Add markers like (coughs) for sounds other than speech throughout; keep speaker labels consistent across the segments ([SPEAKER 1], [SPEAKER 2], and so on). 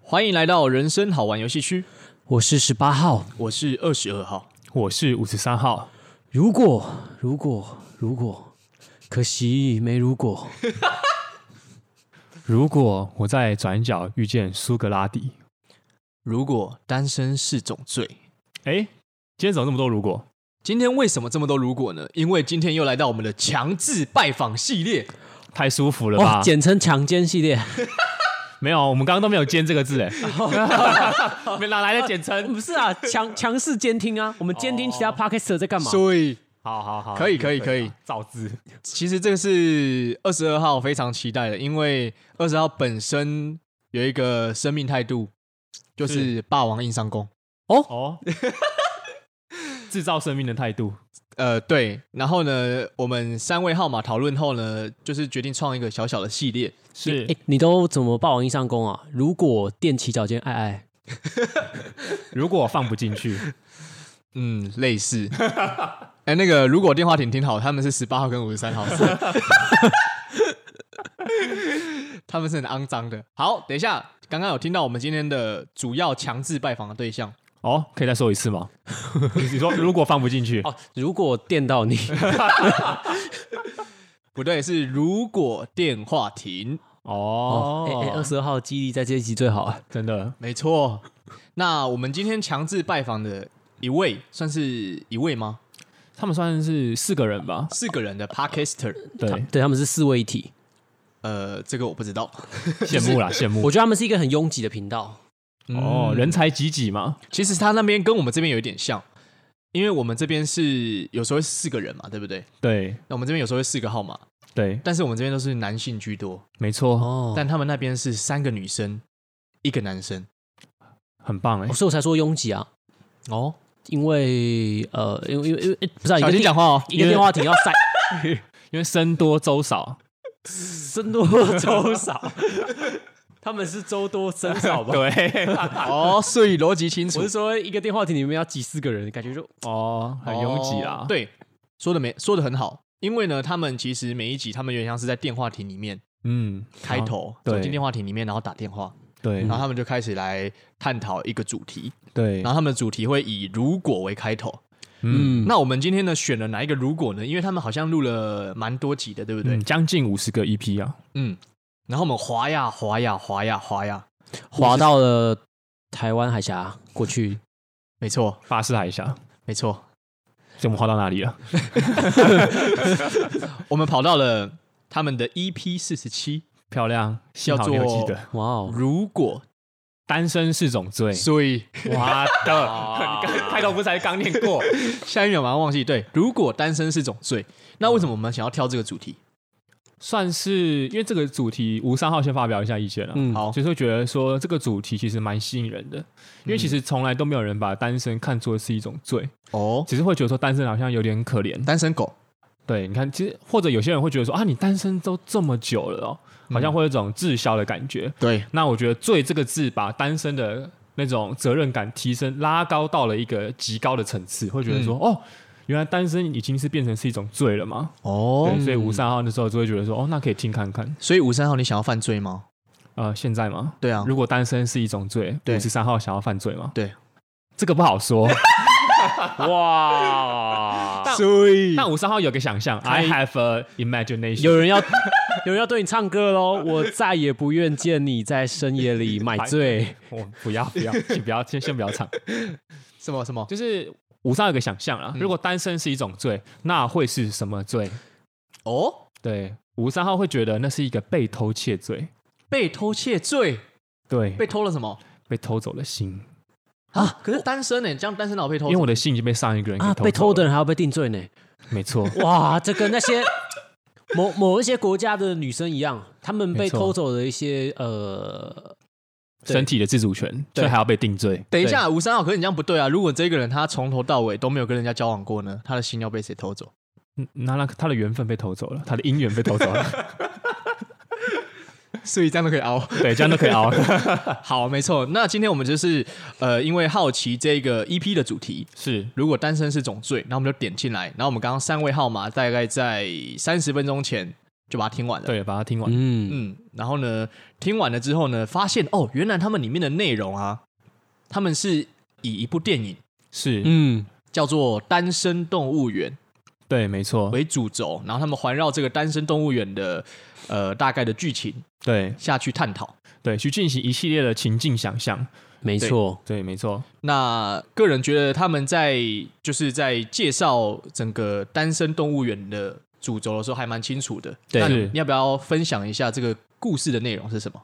[SPEAKER 1] 欢迎来到人生好玩游戏区，
[SPEAKER 2] 我是十八号。
[SPEAKER 1] 我是二十二号。
[SPEAKER 3] 我是五十三号，
[SPEAKER 2] 如果如果如果，可惜没如果。
[SPEAKER 3] 如果我在转角遇见苏格拉底，
[SPEAKER 1] 如果单身是种罪，
[SPEAKER 3] 哎，今天怎么这么多如果？
[SPEAKER 1] 今天为什么这么多如果呢？因为今天又来到我们的强制拜访系列，
[SPEAKER 3] 太舒服了吧？
[SPEAKER 2] 哇，简称强奸系 (laughs) 列，
[SPEAKER 3] 没有，我们刚刚都没有“奸”这个字，哎，没哪来的简称？
[SPEAKER 2] 不是啊，强强势监听啊，我们监听其他 podcaster 在干嘛？
[SPEAKER 1] 所以
[SPEAKER 3] 好好好，
[SPEAKER 1] 可以可以可以，
[SPEAKER 3] 造字。
[SPEAKER 1] 其实这个是二十二号非常期待的，因为二十号本身有一个生命态度，就是霸王硬上弓。
[SPEAKER 3] 哦，制造生命的态度，
[SPEAKER 1] 呃，对，然后呢，我们三位号码讨论后呢，就是决定创一个小小的系列，
[SPEAKER 3] 是
[SPEAKER 2] 哎、你都怎么霸王硬上弓啊？如果踮起脚尖爱爱，
[SPEAKER 3] 如果我放不进去，
[SPEAKER 1] 嗯，类似。哎，那个如果电话亭听好，他们是十八号跟五十三号， (laughs) 他们是很肮脏的。好，等一下，刚刚有听到我们今天的主要强制拜访的对象，
[SPEAKER 3] 哦，可以再说一次吗？你说如果放不进去，
[SPEAKER 2] 哦，如果电到你，
[SPEAKER 1] 不对，是如果电话亭，
[SPEAKER 2] (laughs) 哦，哎哎，二
[SPEAKER 3] 哦，
[SPEAKER 2] 十二号记忆力在这一集最好啊。
[SPEAKER 3] 真的
[SPEAKER 1] 没错。那我们今天强制拜访的一位，算是一位吗？
[SPEAKER 3] 他们算是四个人吧？
[SPEAKER 1] 四个人的 Podcaster，
[SPEAKER 3] 对，
[SPEAKER 2] (laughs) 对，他们是四位一体，
[SPEAKER 1] 呃，这个我不知道。
[SPEAKER 3] 羡慕啦，羡慕
[SPEAKER 2] 我。觉得他们是一个很拥挤的频道。
[SPEAKER 3] 哦，
[SPEAKER 1] 嗯
[SPEAKER 3] 人才济济嘛，
[SPEAKER 1] 其实他那边跟我们这边有一点像，因为我们这边是有时候会四个人嘛，对不对？
[SPEAKER 3] 对
[SPEAKER 1] 那我们这边有时候会四个号码，
[SPEAKER 3] 对，
[SPEAKER 1] 但是我们这边都是男性居多，
[SPEAKER 3] 没错，
[SPEAKER 2] 哦，
[SPEAKER 1] 但他们那边是三个女生，一个男生。
[SPEAKER 3] 很棒哎
[SPEAKER 2] 哦。所以我才说拥挤啊，
[SPEAKER 1] 哦，
[SPEAKER 2] 因为呃，因为因为因为诶不是、啊、一
[SPEAKER 1] 小
[SPEAKER 2] 个
[SPEAKER 1] 心
[SPEAKER 2] 电
[SPEAKER 1] 讲话哦。
[SPEAKER 2] 一个电话亭要塞
[SPEAKER 3] 因为僧多粥少，
[SPEAKER 2] 僧多粥少， (laughs) 他们是粥多僧少吧？
[SPEAKER 3] 对，
[SPEAKER 1] 哦，所以逻辑清楚
[SPEAKER 2] 我是。说一个电话亭里面要挤四个人，感觉就
[SPEAKER 3] (laughs) 哦，很拥挤啦
[SPEAKER 1] 哦，对，说的没说的很好。因为呢，他们其实每一集，他们有点像是在电话亭里面
[SPEAKER 3] 嗯，
[SPEAKER 1] 开头嗯
[SPEAKER 3] 对
[SPEAKER 1] 走进电话亭里面，然后打电话，
[SPEAKER 3] 对
[SPEAKER 1] 然后他们就开始来探讨一个主题，
[SPEAKER 3] 对
[SPEAKER 1] 然，后他们的主题会以如果为开头。
[SPEAKER 3] 嗯
[SPEAKER 2] 嗯，
[SPEAKER 1] 那我们今天呢选了哪一个如果呢？因为他们好像录了蛮多集的，对不对
[SPEAKER 3] 嗯，？将近五十个 EP 啊，
[SPEAKER 1] 嗯。然后我们滑呀滑呀滑呀滑呀，
[SPEAKER 2] 滑到了台湾海峡过去，
[SPEAKER 1] 没错
[SPEAKER 3] 发誓海峡，
[SPEAKER 1] 没错，
[SPEAKER 3] 所以我们画到哪里了？
[SPEAKER 1] 我们跑到了他们的 EP 四十七，
[SPEAKER 3] 漂亮，幸好你有
[SPEAKER 1] 叫做
[SPEAKER 3] 记得，
[SPEAKER 2] 哇哦，
[SPEAKER 1] 如果
[SPEAKER 3] 单身是种罪，
[SPEAKER 1] 所以 (laughs)
[SPEAKER 3] 哇 (laughs) 的，你刚开头不是才刚念过？
[SPEAKER 1] 下一秒马上忘记，对，如果单身是种罪，那为什么我们想要挑这个主题？
[SPEAKER 3] 算是因为这个主题，吴三号先发表一下意见了。啊
[SPEAKER 2] 嗯，
[SPEAKER 1] 好，
[SPEAKER 3] 就是会觉得说这个主题其实蛮吸引人的，因为其实从来都没有人把单身看作是一种罪，
[SPEAKER 1] 哦，
[SPEAKER 3] 只是会觉得说单身好像有点可怜。
[SPEAKER 1] 单身狗，
[SPEAKER 3] 对，你看，其实或者有些人会觉得说啊，你单身都这么久了哦，好像会有一种滞销的感觉。
[SPEAKER 1] 对，
[SPEAKER 3] 那我觉得“罪”这个字，把单身的那种责任感提升拉高到了一个极高的层次，会觉得说、
[SPEAKER 1] 嗯
[SPEAKER 3] 哦，原来单身已经是变成是一种罪了嘛。
[SPEAKER 1] 哦
[SPEAKER 3] 对，所以吴三号那时候就会觉得说哦，那可以听看看。
[SPEAKER 1] 所以五三号，你想要犯罪吗？
[SPEAKER 3] 呃，现在嘛，
[SPEAKER 1] 对啊，
[SPEAKER 3] 如果单身是一种罪，
[SPEAKER 1] 对
[SPEAKER 3] 五十三号想要犯罪吗？
[SPEAKER 1] 对，
[SPEAKER 3] 这个不
[SPEAKER 1] (laughs)
[SPEAKER 3] 好说。
[SPEAKER 2] 哇，
[SPEAKER 1] 所以
[SPEAKER 3] 但五三号有个想象，I have a imagination。
[SPEAKER 2] 有人要有人要对你唱歌喽，我再也不愿见你在深夜里买醉。
[SPEAKER 3] 哎我不要
[SPEAKER 1] (laughs)
[SPEAKER 3] 不要，请不要先先不要唱。
[SPEAKER 1] 什么什么？
[SPEAKER 3] 就是五上有个想象啦，啊
[SPEAKER 1] 嗯
[SPEAKER 3] 如果单身是一种罪，那会是什么罪？
[SPEAKER 1] 哦，
[SPEAKER 3] 对，五三号会觉得那是一个被偷窃罪，
[SPEAKER 1] 被偷窃罪，
[SPEAKER 3] 对，
[SPEAKER 1] 被
[SPEAKER 3] 被
[SPEAKER 1] 偷了什么
[SPEAKER 3] 被偷走了心，
[SPEAKER 1] 啊？可是单身呢，这样单身脑被偷，
[SPEAKER 3] 因为我的心已经被上一个人给
[SPEAKER 2] 啊，
[SPEAKER 3] 走
[SPEAKER 2] 被偷的
[SPEAKER 3] 了，
[SPEAKER 2] 人还要被定罪呢！
[SPEAKER 3] 没错，
[SPEAKER 2] 哇，这跟那 (laughs) 些某某一些国家的女生一样，她们被
[SPEAKER 3] 没错
[SPEAKER 2] 偷走的一些呃，对
[SPEAKER 3] 身体的自主权，
[SPEAKER 1] 对
[SPEAKER 3] 所以还要被定罪。
[SPEAKER 1] 等一下，五三号，可是你这样不对啊！如果这个人他从头到尾都没有跟人家交往过呢，他的心要被谁偷走？
[SPEAKER 3] 嗯，那那他的缘分被偷走了，他的姻缘被偷
[SPEAKER 2] (laughs)
[SPEAKER 3] 走了，
[SPEAKER 1] 所以这样都可以熬。
[SPEAKER 3] 对，这样都可以熬。
[SPEAKER 1] 好，没错。那今天我们就是呃，因为好奇这个 EP 的主题，
[SPEAKER 3] (laughs) 是
[SPEAKER 1] 如果单身是种罪，那我们就点进来。然后我们刚刚三位号码大概在三十分钟前就把它听完了。
[SPEAKER 3] 对，把它听完。
[SPEAKER 2] 嗯，
[SPEAKER 1] 嗯，然后呢，听完了之后呢，发现哦，原来他们里面的内容啊，他们是以一部电影
[SPEAKER 3] 是，
[SPEAKER 2] 嗯，
[SPEAKER 1] 叫做《单身动物园》
[SPEAKER 3] 对，没错，
[SPEAKER 1] 为主轴，然后他们环绕这个《单身动物园的》呃大概的剧情
[SPEAKER 3] 对
[SPEAKER 1] 下去探讨。
[SPEAKER 3] 对，去进行一系列的情境想象。
[SPEAKER 2] 没错，
[SPEAKER 3] 对，没错，
[SPEAKER 1] 那个人觉得他们在就是在介绍整个《单身动物园》的主轴的时候还蛮清楚的。
[SPEAKER 2] 对
[SPEAKER 1] 那
[SPEAKER 3] 是
[SPEAKER 1] 你要不要分享一下这个故事的内容是什么？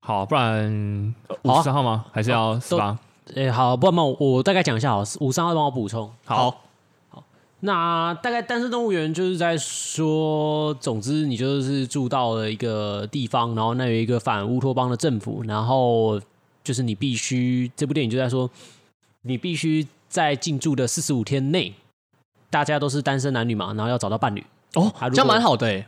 [SPEAKER 3] 好，不然
[SPEAKER 2] 好
[SPEAKER 3] 五
[SPEAKER 2] 啊
[SPEAKER 3] 十三号吗？还是要是吧？
[SPEAKER 2] 哎，好，不然嘛，我大概讲一下好了，五三二帮我补充。
[SPEAKER 1] 好，
[SPEAKER 2] 那大概单身动物园就是在说，总之你就是住到了一个地方，然后那有一个反乌托邦的政府，然后就是你必须，这部电影就在说，你必须在进驻的四十五天内，大家都是单身男女嘛，然后要找到伴侣。
[SPEAKER 1] 哦
[SPEAKER 2] 啊如果
[SPEAKER 1] 这样蛮好的、欸，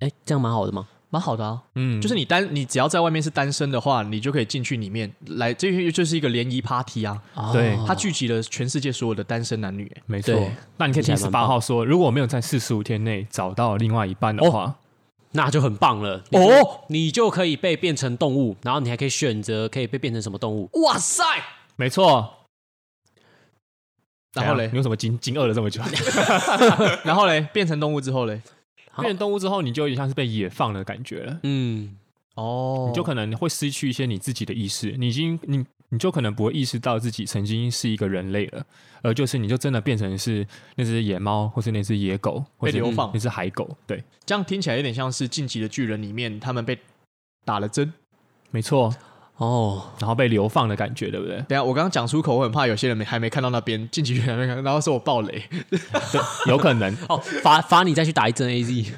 [SPEAKER 2] 哎，这样蛮好的嘛。
[SPEAKER 1] 蛮好的啊。
[SPEAKER 3] 嗯，
[SPEAKER 1] 就是你单，你只要在外面是单身的话，你就可以进去里面来，这就是一个联谊 party 啊。
[SPEAKER 3] 对
[SPEAKER 1] 它聚集了全世界所有的单身男女、欸
[SPEAKER 3] 没错
[SPEAKER 2] 对。
[SPEAKER 3] 那你可以
[SPEAKER 2] 听
[SPEAKER 3] 听
[SPEAKER 2] 起来
[SPEAKER 3] 十
[SPEAKER 2] 蛮
[SPEAKER 3] 八
[SPEAKER 2] 棒
[SPEAKER 3] 号说，如果我没有在四十五天内找到另外一半
[SPEAKER 2] 哦
[SPEAKER 3] 的话，
[SPEAKER 2] 那就很棒了哦，你就可以被变成动物，然后你还可以选择可以被变成什么动物。
[SPEAKER 1] 哇塞！
[SPEAKER 3] 没错。
[SPEAKER 1] 然后
[SPEAKER 3] 怎样
[SPEAKER 1] 嘞
[SPEAKER 3] 你，为什么惊惊愕了这 (laughs) 么久？
[SPEAKER 1] 然后嘞，变成动物之后嘞，
[SPEAKER 2] 好
[SPEAKER 3] 变成动物之后，你就有点像是被野放的感觉了。
[SPEAKER 2] 嗯，
[SPEAKER 1] 哦
[SPEAKER 3] 你就可能会失去一些你自己的意识，你已经你你就可能不会意识到自己曾经是一个人类了，而就是你就真的变成是那只野猫，或是那只野狗，或
[SPEAKER 1] 被
[SPEAKER 3] 是嗯
[SPEAKER 1] 流放
[SPEAKER 3] 那只海狗，对，
[SPEAKER 1] 这样听起来有点像是《晋级的巨人》里面他们被打了针。
[SPEAKER 3] 没错，
[SPEAKER 2] 哦，
[SPEAKER 3] 然后被流放的感觉，对不对？
[SPEAKER 1] 等一下我刚刚讲出口，我很怕有些人没还没看到那边《晋级巨人》还没看，然后说我暴雷，
[SPEAKER 3] 对， (laughs) 有可能，
[SPEAKER 2] 哦，罚罚你再去打一针 AZ。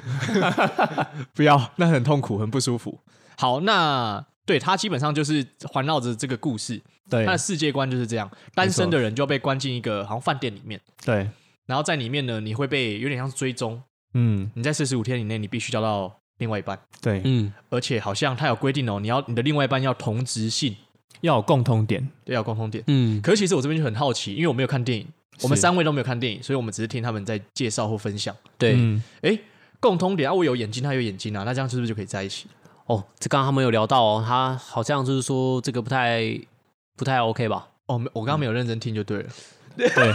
[SPEAKER 1] 不要，那很痛苦，很不舒服。好，那对它基本上就是环绕着这个故事，
[SPEAKER 3] 对
[SPEAKER 1] 它的世界观就是这样，单身
[SPEAKER 3] 没错
[SPEAKER 1] 的人就被关进一个好像饭店里面。
[SPEAKER 3] 对，
[SPEAKER 1] 然后在里面呢，你会被有点像追踪，
[SPEAKER 3] 嗯，
[SPEAKER 1] 你在四十五天以内，你必须交到另外一半，
[SPEAKER 3] 对，
[SPEAKER 2] 嗯，
[SPEAKER 1] 而且好像它有规定哦，你要你的另外一半要同质性，
[SPEAKER 3] 要有共通点，
[SPEAKER 1] 对，要有共同点。
[SPEAKER 2] 嗯，
[SPEAKER 1] 可是其实我这边就很好奇，因为我没有看电影，我们
[SPEAKER 3] 是
[SPEAKER 1] 三位都没有看电影，所以我们只是听他们在介绍或分享。
[SPEAKER 2] 对，
[SPEAKER 3] 嗯，
[SPEAKER 1] 诶，共通点啊，我有眼睛，他有眼睛啊，那这样是不是就可以在一起？
[SPEAKER 2] 哦，这刚刚他们有聊到哦，他好像就是说这个不太不太 OK 吧？
[SPEAKER 1] 哦，没我刚刚没有认真听就对了。
[SPEAKER 3] (laughs) 对。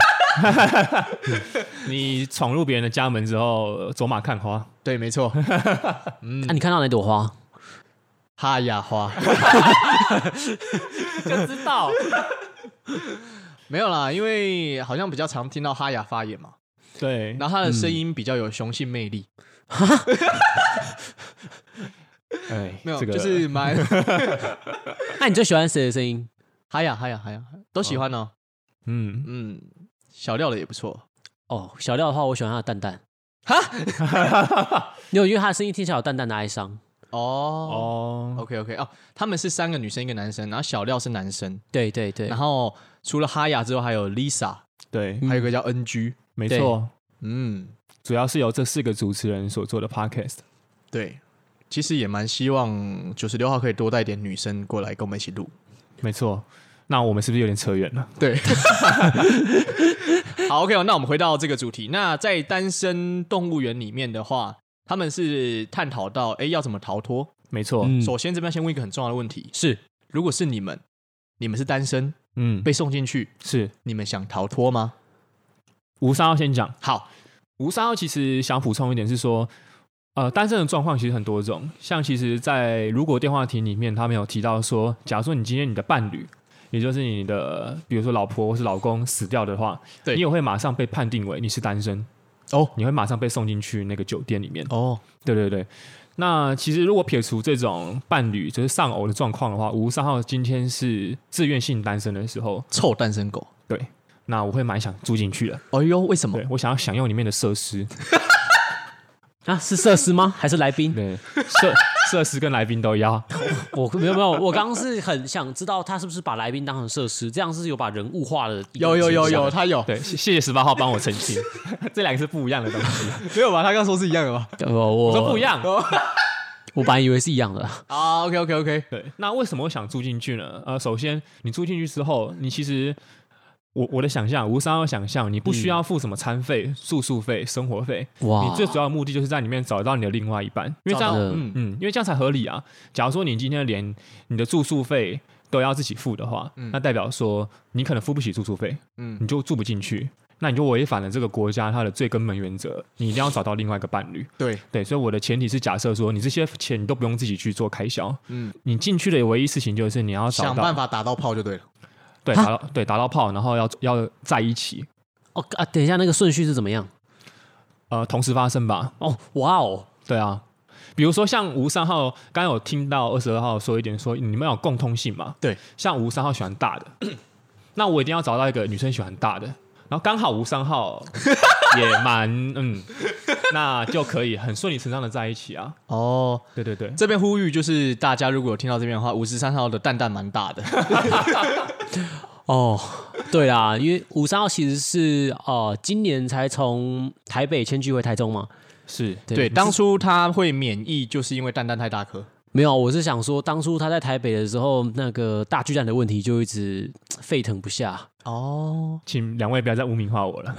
[SPEAKER 3] 你闯入别人的家门之后，呃走马看花，
[SPEAKER 1] 对，没错，
[SPEAKER 2] 那、啊你看到哪朵花？
[SPEAKER 1] 哈呀花
[SPEAKER 3] (laughs)
[SPEAKER 1] (laughs)
[SPEAKER 3] 就知道
[SPEAKER 1] 没有啦，因为好像比较常听到哈呀发言嘛，
[SPEAKER 3] 对，
[SPEAKER 1] 然后他的声音比较有雄性魅力，
[SPEAKER 3] 哎，
[SPEAKER 1] 没有，
[SPEAKER 3] 这个
[SPEAKER 1] 就是 (laughs) 蛮
[SPEAKER 2] (laughs) 那、你最喜欢谁的声音？
[SPEAKER 1] 哈呀哈呀哈呀，都喜欢哦。
[SPEAKER 3] 嗯，
[SPEAKER 1] 嗯，小料的也不错。
[SPEAKER 2] 哦，小廖的话，我喜欢他的蛋蛋。哈，因为因为他的声音听起来有淡淡的哀伤。
[SPEAKER 1] 哦
[SPEAKER 3] 哦，
[SPEAKER 1] ，OK OK，哦，他们是三个女生一个男生，然后小廖是男生，
[SPEAKER 2] 对对对
[SPEAKER 1] 然，后除了哈雅之后还有 Lisa，
[SPEAKER 3] 对，
[SPEAKER 1] 还有一个叫 NG，
[SPEAKER 3] 没
[SPEAKER 2] 对
[SPEAKER 3] 错，
[SPEAKER 1] 嗯，
[SPEAKER 3] 主要是由这四个主持人所做的 podcast。
[SPEAKER 1] 对，其实也蛮希望九十六号可以多带点女生过来跟我们一起录。
[SPEAKER 3] 没错，那我们是不是有点扯远了？
[SPEAKER 1] 对， (laughs) 好 OK，、哦、那我们回到这个主题。那在单身动物园里面的话，他们是探讨到哎要怎么逃脱。
[SPEAKER 3] 没错，
[SPEAKER 2] 嗯
[SPEAKER 1] 首先这边先问一个很重要的问题：
[SPEAKER 2] 是
[SPEAKER 1] 如果是你们，你们是单身
[SPEAKER 3] 嗯，
[SPEAKER 1] 被送进去，
[SPEAKER 3] 是
[SPEAKER 1] 你们想逃脱吗？
[SPEAKER 3] 吴三号先讲。
[SPEAKER 1] 好，
[SPEAKER 3] 吴三号其实想补充一点是说，呃，单身的状况其实很多种，像其实，在如果电话亭里面，他们有提到说，假如说你今天你的伴侣，也就是你的，比如说老婆或是老公死掉的话，
[SPEAKER 1] 对
[SPEAKER 3] 你也会马上被判定为你是单身，
[SPEAKER 1] 哦
[SPEAKER 3] 你会马上被送进去那个酒店里面。
[SPEAKER 1] 哦，
[SPEAKER 3] 对对对。那其实如果撇除这种伴侣就是丧偶的状况的话，吴三号今天是自愿性单身的时候，
[SPEAKER 1] 臭单身狗。
[SPEAKER 3] 那我会蛮想住进去的。
[SPEAKER 1] 哎呦，为什么？
[SPEAKER 3] 对我想要享用里面的设施，
[SPEAKER 2] 啊，是设施吗？还是来宾？
[SPEAKER 3] 对设设施跟来宾都要。
[SPEAKER 2] 我没有没有，我刚刚是很想知道他是不是把来宾当成设施，这样是有把人物化的。
[SPEAKER 1] 有有有有，，他有
[SPEAKER 3] 对，谢谢谢十八号帮我澄清， (laughs) 这两个是不一样的东西，
[SPEAKER 1] (laughs) 没有吧？他刚说是一样的 (laughs) 吧？
[SPEAKER 2] 我
[SPEAKER 3] 我
[SPEAKER 2] 我
[SPEAKER 3] 说不一，样。
[SPEAKER 1] 哦
[SPEAKER 2] 我本来以为是一样的。
[SPEAKER 1] 啊，OK OK OK，
[SPEAKER 3] 对，那为什么我想住进去呢？呃，首先你住进去之后，你其实我我的想象，无伤的想象，你不需要付什么餐费、住宿费、生活费，
[SPEAKER 2] 哇
[SPEAKER 3] 你最主要的目的就是在里面找到你的另外一半，因为这样
[SPEAKER 2] 找到，
[SPEAKER 3] 嗯嗯，因为这样才合理啊。假如说你今天连你的住宿费都要自己付的话，那代表说你可能付不起住宿费，
[SPEAKER 1] 嗯
[SPEAKER 3] 你就住不进去，那你就违反了这个国家它的最根本原则，你一定要找到另外一个伴侣。
[SPEAKER 1] 对，
[SPEAKER 3] 对，所以我的前提是假设说，你这些钱你都不用自己去做开销，
[SPEAKER 1] 嗯，
[SPEAKER 3] 你进去的唯一事情就是你要找
[SPEAKER 1] 想
[SPEAKER 3] 到
[SPEAKER 1] 办法打到炮就对了。
[SPEAKER 3] 对打到对打到炮，然后要要在一起，
[SPEAKER 2] 哦啊，等一下，那个顺序是怎么样？
[SPEAKER 3] 呃，同时发生吧。
[SPEAKER 2] 哦，哇哦，
[SPEAKER 3] 对啊，比如说像吴三号，刚刚有听到二十二号说一点说，你们要有共通性嘛？
[SPEAKER 1] 对，
[SPEAKER 3] 像吴三号喜欢大 (coughs) 的，那我一定要找到一个女生喜欢大的，然后刚好吴三 (laughs) 号也蛮嗯，那就可以很顺理成章的在一起啊。
[SPEAKER 1] 哦，
[SPEAKER 3] 对对对，
[SPEAKER 1] 这边呼吁就是大家如果有听到这边的话，五十三号的蛋蛋蛮大的。
[SPEAKER 2] 哦，对啦，因为五三号其实是呃今年才从台北迁居回台中嘛。
[SPEAKER 3] 是
[SPEAKER 1] 对，当初他会免疫，就是因为蛋蛋太大颗。
[SPEAKER 2] 没有，我是想说，当初他在台北的时候，那个大巨蛋的问题就一直嘖沸腾不下。
[SPEAKER 1] 哦，
[SPEAKER 3] 请两位不要再污名化我了。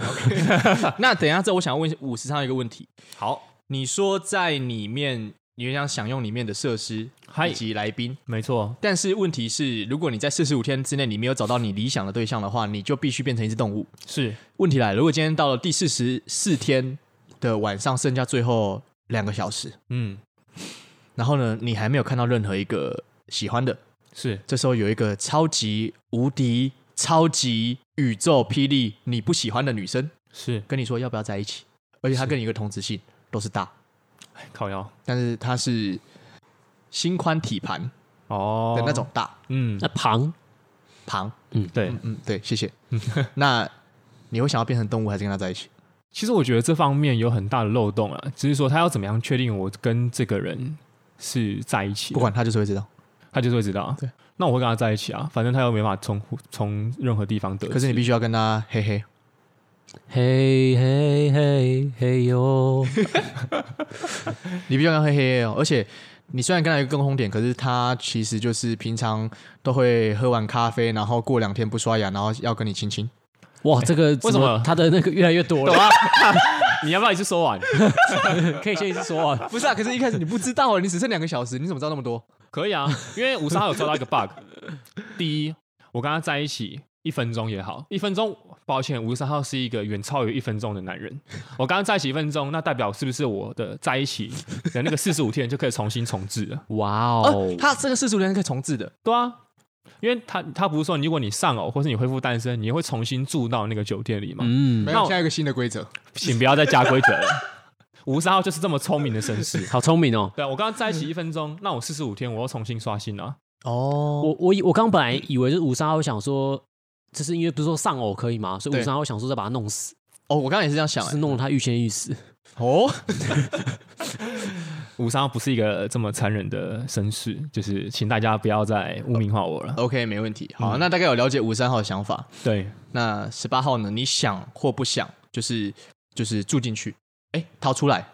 [SPEAKER 1] 那等一下，这我想问五十三号一个问题，
[SPEAKER 3] 好，
[SPEAKER 1] 你说在里面，你想享用里面的设施
[SPEAKER 3] 嗨
[SPEAKER 1] 以及来宾，
[SPEAKER 3] 没错，
[SPEAKER 1] 但是问题是，如果你在四十五天之内你没有找到你理想的对象的话，你就必须变成一只动物。
[SPEAKER 3] 是
[SPEAKER 1] 问题来了，如果今天到了第四十四天的晚上，剩下最后两个小时，
[SPEAKER 3] 嗯
[SPEAKER 1] 然后呢，你还没有看到任何一个喜欢的，
[SPEAKER 3] 是
[SPEAKER 1] 这时候有一个超级无敌、超级宇宙霹雳你不喜欢的女生
[SPEAKER 3] 是
[SPEAKER 1] 跟你说要不要在一起，而且她跟你一个同质性都是大，
[SPEAKER 3] 哎靠腰
[SPEAKER 1] 但是她是心宽体盘
[SPEAKER 3] 哦
[SPEAKER 1] 的那种，大
[SPEAKER 3] 嗯
[SPEAKER 2] 那庞
[SPEAKER 1] 庞，
[SPEAKER 3] 对。
[SPEAKER 1] 嗯，对，谢 (laughs) 谢。那你会想要变成动物，还是跟她在一起？
[SPEAKER 3] 其实我觉得这方面有很大的漏洞啊，只是说他要怎么样确定我跟这个人是在一起的，
[SPEAKER 1] 不管她就是会知道。
[SPEAKER 3] 他就是会知道啊。
[SPEAKER 1] 对，
[SPEAKER 3] 那我会跟他在一起啊，反正他又没法从从任何地方得知。
[SPEAKER 1] 可是你必须要跟她嘿嘿，
[SPEAKER 2] 嘿嘿嘿嘿哟，
[SPEAKER 1] 你必须要跟她嘿嘿哦。而且你虽然跟她有一个共同点，可是她其实就是平常都会喝完咖啡，然后过两天不刷牙，然后要跟你亲亲。
[SPEAKER 2] 哇，这个为
[SPEAKER 3] 什么
[SPEAKER 2] 他的那个越来越多了？
[SPEAKER 3] 你要不要一次说完？ (laughs)
[SPEAKER 2] 可以先一次说完。
[SPEAKER 1] 不是啊，可是一开始你不知道啊，你只剩两个小时，你怎么知道那么多？
[SPEAKER 3] 可以啊，因为五杀有抓到一个 bug。第一，我跟他在一起一分钟也好，一分钟，抱歉，五十三号是一个远超于一分钟的男人。我跟他在一起一分钟，那代表是不是我的在一起的那个四十五天就可以重新重置了？
[SPEAKER 2] 哇
[SPEAKER 1] (laughs) 哦
[SPEAKER 2] 哦，，
[SPEAKER 1] 他这个四十五天是可以重置的，
[SPEAKER 3] 对啊，因为他他不是说，如果你丧偶或是你恢复单身，你会重新住到那个酒店里嘛？
[SPEAKER 2] 嗯，
[SPEAKER 1] 那
[SPEAKER 3] 那
[SPEAKER 1] 我
[SPEAKER 3] 我
[SPEAKER 1] 现在有一个新的规则，
[SPEAKER 3] 请不要再加规则了。五十号就是这么聪明的绅士。
[SPEAKER 2] 好聪明哦。
[SPEAKER 3] 对啊，我刚刚在一起一分钟，那我四十五天我要重新刷新啊。
[SPEAKER 1] 哦，
[SPEAKER 2] 我我以我刚本来以为就是五三号想说，就是因为不是说丧偶可以吗？所以
[SPEAKER 1] 对
[SPEAKER 2] 五三号想说再把他弄死，
[SPEAKER 1] 哦，我刚刚也是这样想
[SPEAKER 2] 就是弄得他欲仙欲死。
[SPEAKER 1] 哦，
[SPEAKER 3] 五十号不是一个这么残忍的绅士，就是请大家不要再污名化我了。
[SPEAKER 1] OK，没问题。好，那大概有了解五三号的想法，
[SPEAKER 3] 对，
[SPEAKER 1] 那十八号呢？你想或不想，就是就是住进去，哎，逃出来，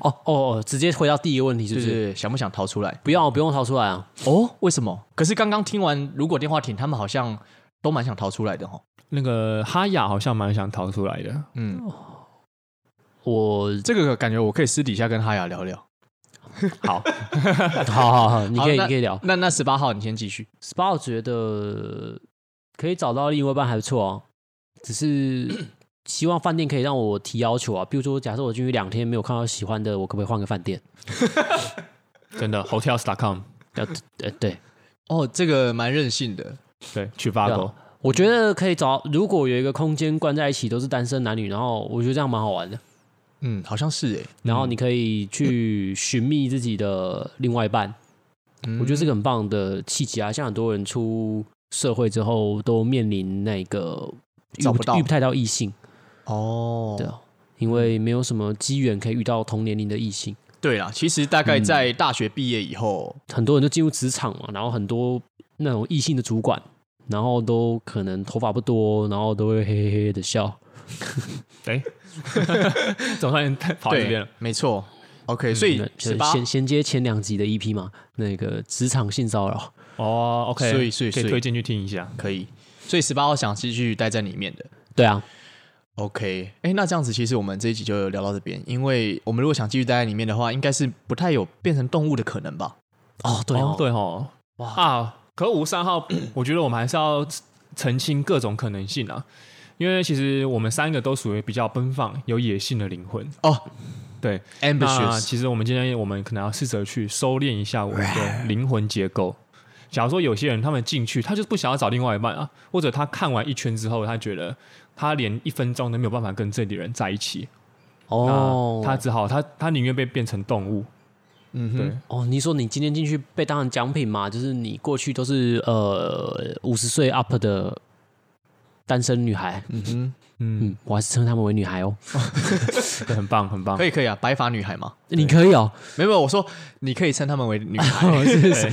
[SPEAKER 2] 哦哦，哦直接回到第一个问题，是
[SPEAKER 1] 就
[SPEAKER 2] 不是？
[SPEAKER 1] 是想不想逃出来？
[SPEAKER 2] 不要不用逃出来啊！
[SPEAKER 1] 哦，为什么？可是刚刚听完，如果电话亭他们好像都蛮想逃出来的哦。
[SPEAKER 3] 那个哈雅好像蛮想逃出来的。
[SPEAKER 1] 嗯， (laughs)
[SPEAKER 2] 我
[SPEAKER 1] 这个感觉我可以私底下跟哈雅聊聊。
[SPEAKER 3] 好，
[SPEAKER 2] 好好好，你
[SPEAKER 1] 好
[SPEAKER 2] 可以
[SPEAKER 1] 那
[SPEAKER 2] 你可以聊。
[SPEAKER 1] 那那十八号你先继续。
[SPEAKER 2] SPA 我觉得可以找到另外一半还不错哦，
[SPEAKER 1] (clears throat)
[SPEAKER 2] 只是希望饭店可以让我提要求啊，比如说假设我进去两天没有看到喜欢的，我可不可以换个饭店？
[SPEAKER 3] 真的，hotels.com，
[SPEAKER 2] 要呃对，
[SPEAKER 1] 哦，这个蛮任性的，
[SPEAKER 3] 对，去法
[SPEAKER 2] 对
[SPEAKER 3] 国
[SPEAKER 2] 啊。我觉得可以找，如果有一个空间关在一起都是单身男女，然后我觉得这样蛮好玩的。
[SPEAKER 1] 嗯，好像是哎、
[SPEAKER 2] 然后你可以去寻觅自己的另外一半，
[SPEAKER 1] 嗯
[SPEAKER 2] 我觉得是个很棒的契机啊。像很多人出社会之后，都面临那个遇
[SPEAKER 1] 找不到
[SPEAKER 2] 遇不太到异性，
[SPEAKER 1] 哦，
[SPEAKER 2] 对啊，因为没有什么机缘可以遇到同年龄的异性。
[SPEAKER 1] 对啦，其实大概在大学毕业以后，
[SPEAKER 2] 很多人都进入职场嘛，然后很多那种异性的主管，然后都可能头发不多，然后都会嘿嘿嘿的笑。
[SPEAKER 3] 哎，嗯总算跑到这边了。
[SPEAKER 1] 没错。OK，所
[SPEAKER 3] 嗯
[SPEAKER 1] 以
[SPEAKER 2] 那
[SPEAKER 1] 十
[SPEAKER 2] 就
[SPEAKER 1] 八，
[SPEAKER 2] 衔衔接前两集的 E EP 嘛，那个职场性骚扰。
[SPEAKER 3] 哦，OK，
[SPEAKER 1] 所以所以
[SPEAKER 3] 可以
[SPEAKER 1] 所以
[SPEAKER 3] 推荐去听一下。
[SPEAKER 1] 可以。所以十八号想继续待在里面的。
[SPEAKER 2] 对啊，
[SPEAKER 1] OK，哎、那这样子，其实我们这一集就聊到这边，因为我们如果想继续待在里面的话，应该是不太有变成动物的可能吧？
[SPEAKER 2] 哦对
[SPEAKER 3] 哦
[SPEAKER 2] 哦，
[SPEAKER 3] 对哦，
[SPEAKER 2] 哇
[SPEAKER 3] 啊！可五三号，我觉得我们还是要澄清各种可能性啊，因为其实我们三个都属于比较奔放、有野性的灵魂。
[SPEAKER 1] 哦
[SPEAKER 3] 对，那
[SPEAKER 1] ，ambitious，
[SPEAKER 3] 其实我们今天我们可能要试着去收敛一下我们的灵魂结构。假如说有些人他们进去，他就是不想要找另外一半啊，或者他看完一圈之后，他觉得他连一分钟都没有办法跟这里人在一起，
[SPEAKER 2] 哦
[SPEAKER 3] 那，啊他只好他他宁愿被变成动物。
[SPEAKER 1] 嗯
[SPEAKER 3] 对，
[SPEAKER 1] 哼，
[SPEAKER 2] 哦，你说你今天进去被当成奖品嘛？就是你过去都是呃五十岁 up 的单身女孩，
[SPEAKER 1] 嗯哼，
[SPEAKER 3] 嗯，
[SPEAKER 2] 嗯，我还是称她们为女孩哦。
[SPEAKER 3] 对很棒，很棒
[SPEAKER 1] 可。以可以啊，白发女孩嘛，
[SPEAKER 2] 你可以哦，
[SPEAKER 1] 没有没有，我说你可以称她们为女 (laughs) 孩。
[SPEAKER 2] 是是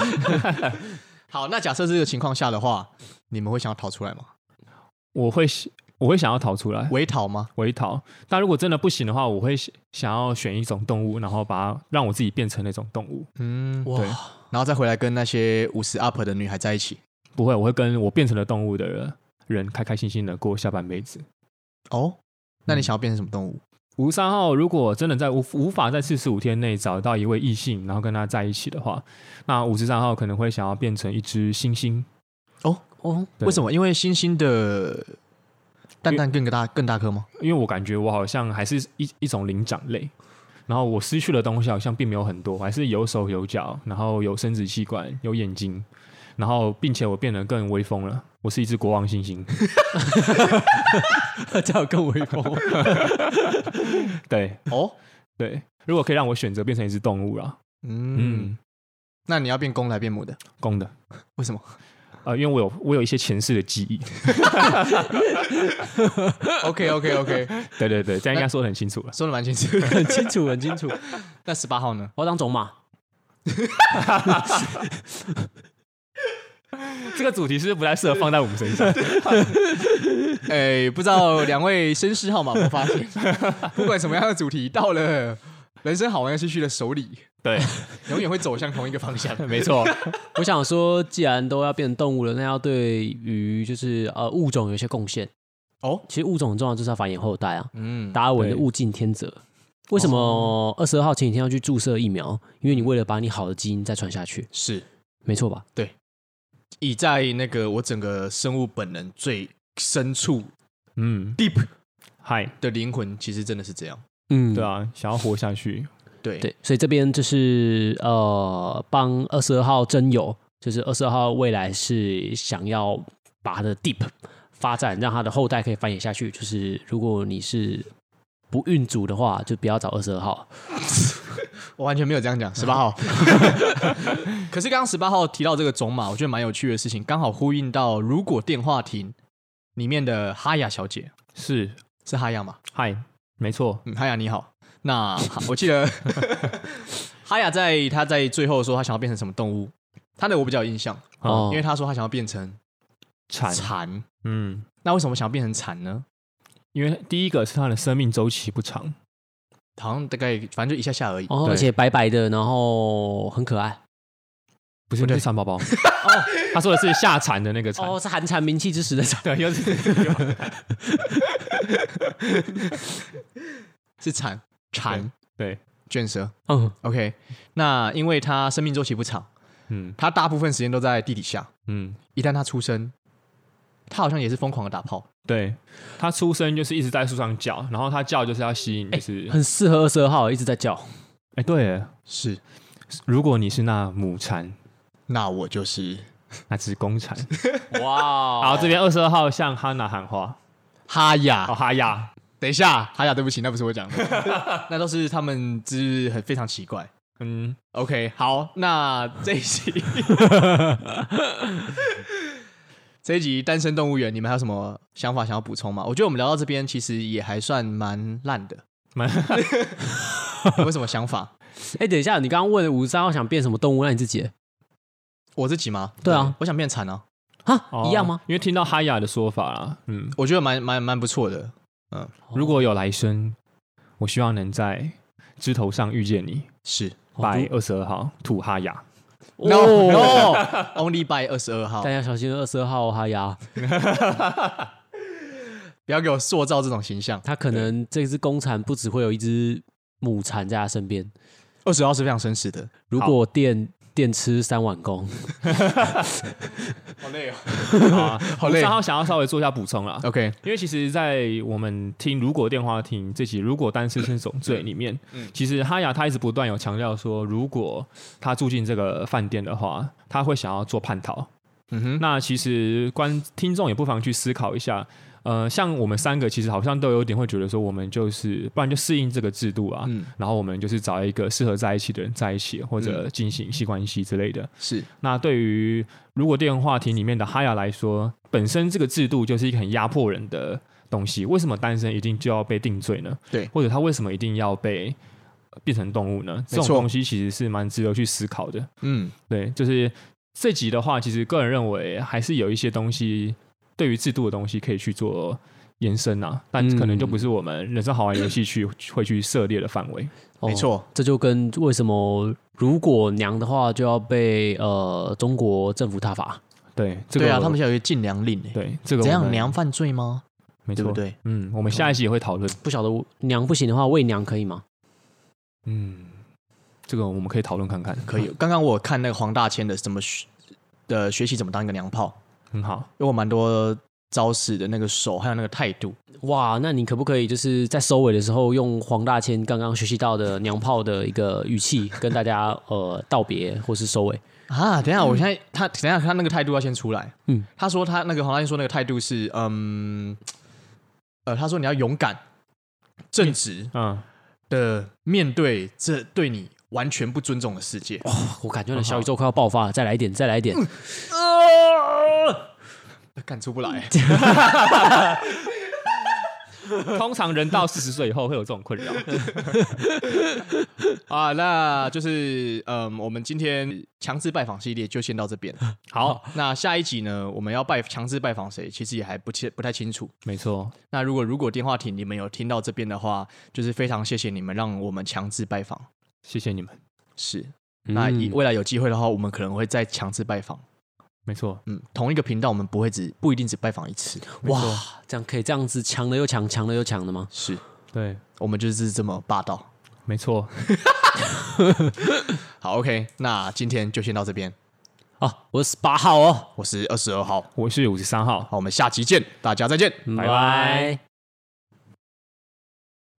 [SPEAKER 1] (laughs) 好，那假设这个情况下的话，你们会想要逃出来吗？
[SPEAKER 3] 我会我会想要逃出来，
[SPEAKER 1] 围逃吗？
[SPEAKER 3] 我会逃。但如果真的不行的话，我会想想要选一种动物，然后把它让我自己变成那种动物。
[SPEAKER 1] 嗯，
[SPEAKER 2] 哇 (laughs)
[SPEAKER 3] 对，
[SPEAKER 1] 然后再回来跟那些五十 up 的女孩在一起。
[SPEAKER 3] 不会，我会跟我变成了动物的人开开心心的过下半辈子。
[SPEAKER 1] 哦，那你想要变成什么动物？
[SPEAKER 3] 吴三号如果真的在无无法在四十五天内找到一位异性，然后跟他在一起的话，那五十三号可能会想要变成一只猩猩。
[SPEAKER 2] 哦，
[SPEAKER 3] 对
[SPEAKER 1] 为什么？因为星星的蛋蛋更大更大颗吗？
[SPEAKER 3] 因为我感觉我好像还是一一种灵长类，然后我失去的东西好像并没有很多，我还是有手有脚，然后有生殖器官，有眼睛，然后并且我变得更威风了，我是一只国王猩 (laughs) 猩。
[SPEAKER 2] 叫更威风。
[SPEAKER 3] 对
[SPEAKER 1] 哦，
[SPEAKER 3] 对，如果可以让我选择变成一只动物啦，
[SPEAKER 1] 嗯，
[SPEAKER 3] 嗯，
[SPEAKER 1] 那你要变公的还变母的？
[SPEAKER 3] 公的，
[SPEAKER 1] (laughs) 为什么？
[SPEAKER 3] 呃，因为我有我有一些前世的记忆。 (laughs)
[SPEAKER 1] OK OK OK，
[SPEAKER 3] 对对对，这样应该说的很清楚了。
[SPEAKER 1] 说的蛮清 (laughs) 楚。
[SPEAKER 2] 很清楚，很清楚。
[SPEAKER 1] 那十八号呢？
[SPEAKER 2] 我要当种马，
[SPEAKER 3] (laughs) 这个主题是不是不太适合放在我们身上？
[SPEAKER 1] 哎，不知道两位绅士号码有没有发现，不管什么样的主题，到了人生好玩的戏剧的手里，
[SPEAKER 3] (laughs) 对，
[SPEAKER 1] 永远会走向同一个方向。
[SPEAKER 3] 没错，
[SPEAKER 2] 我想说，既然都要变成动物了，那要对于就是呃物种有一些贡献。
[SPEAKER 1] 哦，
[SPEAKER 2] 其实物种很重要，就是要繁衍后代啊。
[SPEAKER 1] 嗯，
[SPEAKER 2] 达尔文的
[SPEAKER 3] 对
[SPEAKER 2] 物竞天择。为什么二十二号前几天要去注射疫苗？因为你为了把你好的基因再传下去，
[SPEAKER 1] 是
[SPEAKER 2] 没错吧？
[SPEAKER 1] 以在那个我整个生物本能最深处
[SPEAKER 3] 嗯
[SPEAKER 1] deep
[SPEAKER 3] 嗨，
[SPEAKER 1] 的灵魂，其实真的是这样。
[SPEAKER 2] 嗯
[SPEAKER 3] 对啊，想要活下去，
[SPEAKER 1] 对，
[SPEAKER 2] 对，所以这边就是呃，帮二十二号真友，就是二十二号未来是想要把他的 deep 发展，让他的后代可以繁衍下去。就是如果你是不孕族的话，就不要找二十二号。
[SPEAKER 1] 我完全没有这样讲。十八号，可是刚刚十八号提到这个种马，我觉得蛮有趣的事情，刚好呼应到如果电话亭里面的哈雅小姐
[SPEAKER 3] 是
[SPEAKER 1] 是哈雅吗？
[SPEAKER 3] 嗨，没错，
[SPEAKER 1] 嗯，哈雅你好。那我记得哈雅在她在最后说她想要变成什么动物，她的我比较有印象，
[SPEAKER 3] 啊
[SPEAKER 2] 哦
[SPEAKER 1] 因为她说她想要变成
[SPEAKER 3] 蝉，
[SPEAKER 1] 蝉。
[SPEAKER 3] 嗯，
[SPEAKER 1] 那为什么想要变成蝉呢？
[SPEAKER 3] 因为第一个是它的生命周期不长，
[SPEAKER 1] 好像大概反正就一下下而已。
[SPEAKER 2] 哦，
[SPEAKER 3] 对
[SPEAKER 2] 而且白白的，然后很可爱。
[SPEAKER 3] 不是那是
[SPEAKER 2] (laughs)
[SPEAKER 3] 蚕宝宝。哦，他说的是下蚕的那个蚕。
[SPEAKER 2] 哦，是寒蝉鸣泣之时的蝉。
[SPEAKER 3] 对，又是又
[SPEAKER 1] 是蝉，蝉
[SPEAKER 3] 对，
[SPEAKER 1] 卷舌。
[SPEAKER 2] 嗯，
[SPEAKER 1] OK，那因为它生命周期不长，
[SPEAKER 3] 嗯
[SPEAKER 1] 它大部分时间都在地底下。
[SPEAKER 3] 嗯，
[SPEAKER 1] 一旦它出生，它好像也是疯狂的打炮。
[SPEAKER 3] 对，他出生就是一直在树上叫，然后他叫就是要吸引，就是哎、
[SPEAKER 2] 很适合二十二号，一直在叫。
[SPEAKER 3] 对耶，
[SPEAKER 1] 是，
[SPEAKER 3] 如果你是那母蚕，
[SPEAKER 1] 那我就是
[SPEAKER 3] 那只公蚕。
[SPEAKER 1] (laughs) 哦
[SPEAKER 2] 哇
[SPEAKER 3] 好，这边二十二号向哈娜喊话，
[SPEAKER 1] 哈雅。
[SPEAKER 3] 哦哈呀，
[SPEAKER 1] 等一下，哈雅，对不起，那不是我讲的， (laughs) 那都是他们之很非常奇怪。
[SPEAKER 3] 嗯，
[SPEAKER 1] OK，好，那这一
[SPEAKER 3] (laughs)
[SPEAKER 1] 集，这一集《单身动物园》，你们还有什么想法想要补充吗？我觉得我们聊到这边，其实也还算蛮烂的。
[SPEAKER 2] (laughs)
[SPEAKER 3] 蛮
[SPEAKER 1] 有没有什么想法？
[SPEAKER 2] 哎、等一下，你刚刚问五十三号想变什么动物？那你自己
[SPEAKER 1] 我自己
[SPEAKER 3] (laughs)
[SPEAKER 1] 吗？
[SPEAKER 2] 对啊，
[SPEAKER 1] 我想变蝉啊，
[SPEAKER 2] 啊、
[SPEAKER 3] 哦
[SPEAKER 2] 一样吗？？
[SPEAKER 3] 因为听到哈雅的说法啦，嗯，
[SPEAKER 1] 我觉得蛮蛮蛮不错的。
[SPEAKER 2] 哦
[SPEAKER 3] 如果有来生，我希望能在枝头上遇见你。
[SPEAKER 1] 是，
[SPEAKER 2] 哦
[SPEAKER 3] 拜
[SPEAKER 2] 如
[SPEAKER 3] 二十二号土哈雅，
[SPEAKER 1] No
[SPEAKER 3] (laughs)
[SPEAKER 1] no only by 二十二号
[SPEAKER 2] 哦大，家小心二十二号哈呀，
[SPEAKER 1] 不要给我塑造这种形象。
[SPEAKER 2] 他可能这只公蚕不只会有一只母蚕在他身边。
[SPEAKER 1] 二十号是非常绅士的，
[SPEAKER 2] 如果电电吃三碗公，
[SPEAKER 1] 好累哦。好
[SPEAKER 3] (laughs) 好
[SPEAKER 1] 累
[SPEAKER 3] 三号想要稍微做一下补充啦，
[SPEAKER 1] OK，
[SPEAKER 3] 因为其实，在我们听《如果电话亭》这集《如果单身是种
[SPEAKER 1] 嗯
[SPEAKER 3] 罪》里面，其实哈雅他一直不断有强调说，如果他住进这个饭店的话，他会想要做叛逃。
[SPEAKER 1] 嗯哼，
[SPEAKER 3] 那其实观听众也不妨去思考一下，呃，像我们三个其实好像都有点会觉得说，我们就是不然就适应这个制度啊，
[SPEAKER 1] 嗯
[SPEAKER 3] 然后我们就是找一个适合在一起的人在一起，或者进行性关系之类的。
[SPEAKER 1] 是
[SPEAKER 3] 那对于如果电话亭里面的哈雅来说，本身这个制度就是一个很压迫人的东西。为什么单身一定就要被定罪呢？
[SPEAKER 1] 对
[SPEAKER 3] 或者他为什么一定要被呃变成动物呢？这种
[SPEAKER 1] 错
[SPEAKER 3] 东西其实是蛮值得去思考的。
[SPEAKER 1] 嗯
[SPEAKER 3] 对，就是这集的话，其实个人认为还是有一些东西对于制度的东西可以去做延伸啊，但可能就不是
[SPEAKER 1] 嗯
[SPEAKER 3] 我们人生好玩游戏去会去涉猎的范围。
[SPEAKER 1] 没错，
[SPEAKER 2] 哦这就跟为什么如果娘的话就要被呃中国政府踏伐，
[SPEAKER 3] 对，这个
[SPEAKER 1] 对啊，
[SPEAKER 3] 我
[SPEAKER 1] 他们现在有一个禁粮令诶，
[SPEAKER 3] 对这个
[SPEAKER 1] 怎
[SPEAKER 3] 我
[SPEAKER 1] 样
[SPEAKER 3] 们
[SPEAKER 1] 娘犯罪吗？
[SPEAKER 3] 没
[SPEAKER 1] 对
[SPEAKER 3] 错
[SPEAKER 1] 不。对？
[SPEAKER 3] 嗯，我们下一集也会讨论。
[SPEAKER 2] 不晓得娘不行的话喂娘可以吗？
[SPEAKER 3] 嗯，这个我们可以讨论看看，
[SPEAKER 1] 可以。刚刚我看那个黄大千的怎么学的学习怎么当一个娘炮，
[SPEAKER 3] 很嗯好。
[SPEAKER 1] 有我蛮多招式的那个手，还有那个态度。
[SPEAKER 2] 哇，那你可不可以就是在收尾的时候用黄大千刚刚学习到的娘炮的一个语气跟大家呃道别或是收尾？
[SPEAKER 1] 啊，等一下，我现在他等一下，他那个态度要先出来。嗯
[SPEAKER 2] 嗯，
[SPEAKER 1] 他说他那个黄大仙说那个态度是，嗯，呃，他说你要勇敢、正直
[SPEAKER 3] 嗯，
[SPEAKER 1] 的面对这对你完全不尊重的世界。
[SPEAKER 2] (laughs) 我感觉我的小宇宙快要爆发了，再来一点，再来一点。
[SPEAKER 1] 干出不来，
[SPEAKER 3] 通常人到四十岁以后会有这种困扰。
[SPEAKER 1] (laughs) 啊，那就是嗯，我们今天强制拜访系列就先到这边。
[SPEAKER 3] 好，
[SPEAKER 1] 那下一集呢，我们要拜强制拜访谁，其实也还不清不太清楚。
[SPEAKER 3] 没错，
[SPEAKER 1] 那如果如果电话亭你们有听到这边的话，就是非常谢谢你们让我们强制拜访。
[SPEAKER 3] 谢谢你们。
[SPEAKER 1] 是，那以未来有机会的话，我们可能会再强制拜访。
[SPEAKER 3] 没错，
[SPEAKER 1] 嗯，同一个频道我们不会只不一定只拜访一次。
[SPEAKER 2] 哇，这样可以这样子强的又强，强的又强的吗？
[SPEAKER 1] 是
[SPEAKER 3] 对，
[SPEAKER 1] 我们就是这么霸道。
[SPEAKER 3] 没错。
[SPEAKER 1] 好，OK，那今天就先到这边。
[SPEAKER 2] 啊，我是八号哦，
[SPEAKER 1] 我是二十二号，
[SPEAKER 3] 我是五十三号，
[SPEAKER 1] 好，我们下期见，大家再见。
[SPEAKER 3] 拜
[SPEAKER 2] 拜
[SPEAKER 3] 拜
[SPEAKER 2] 拜。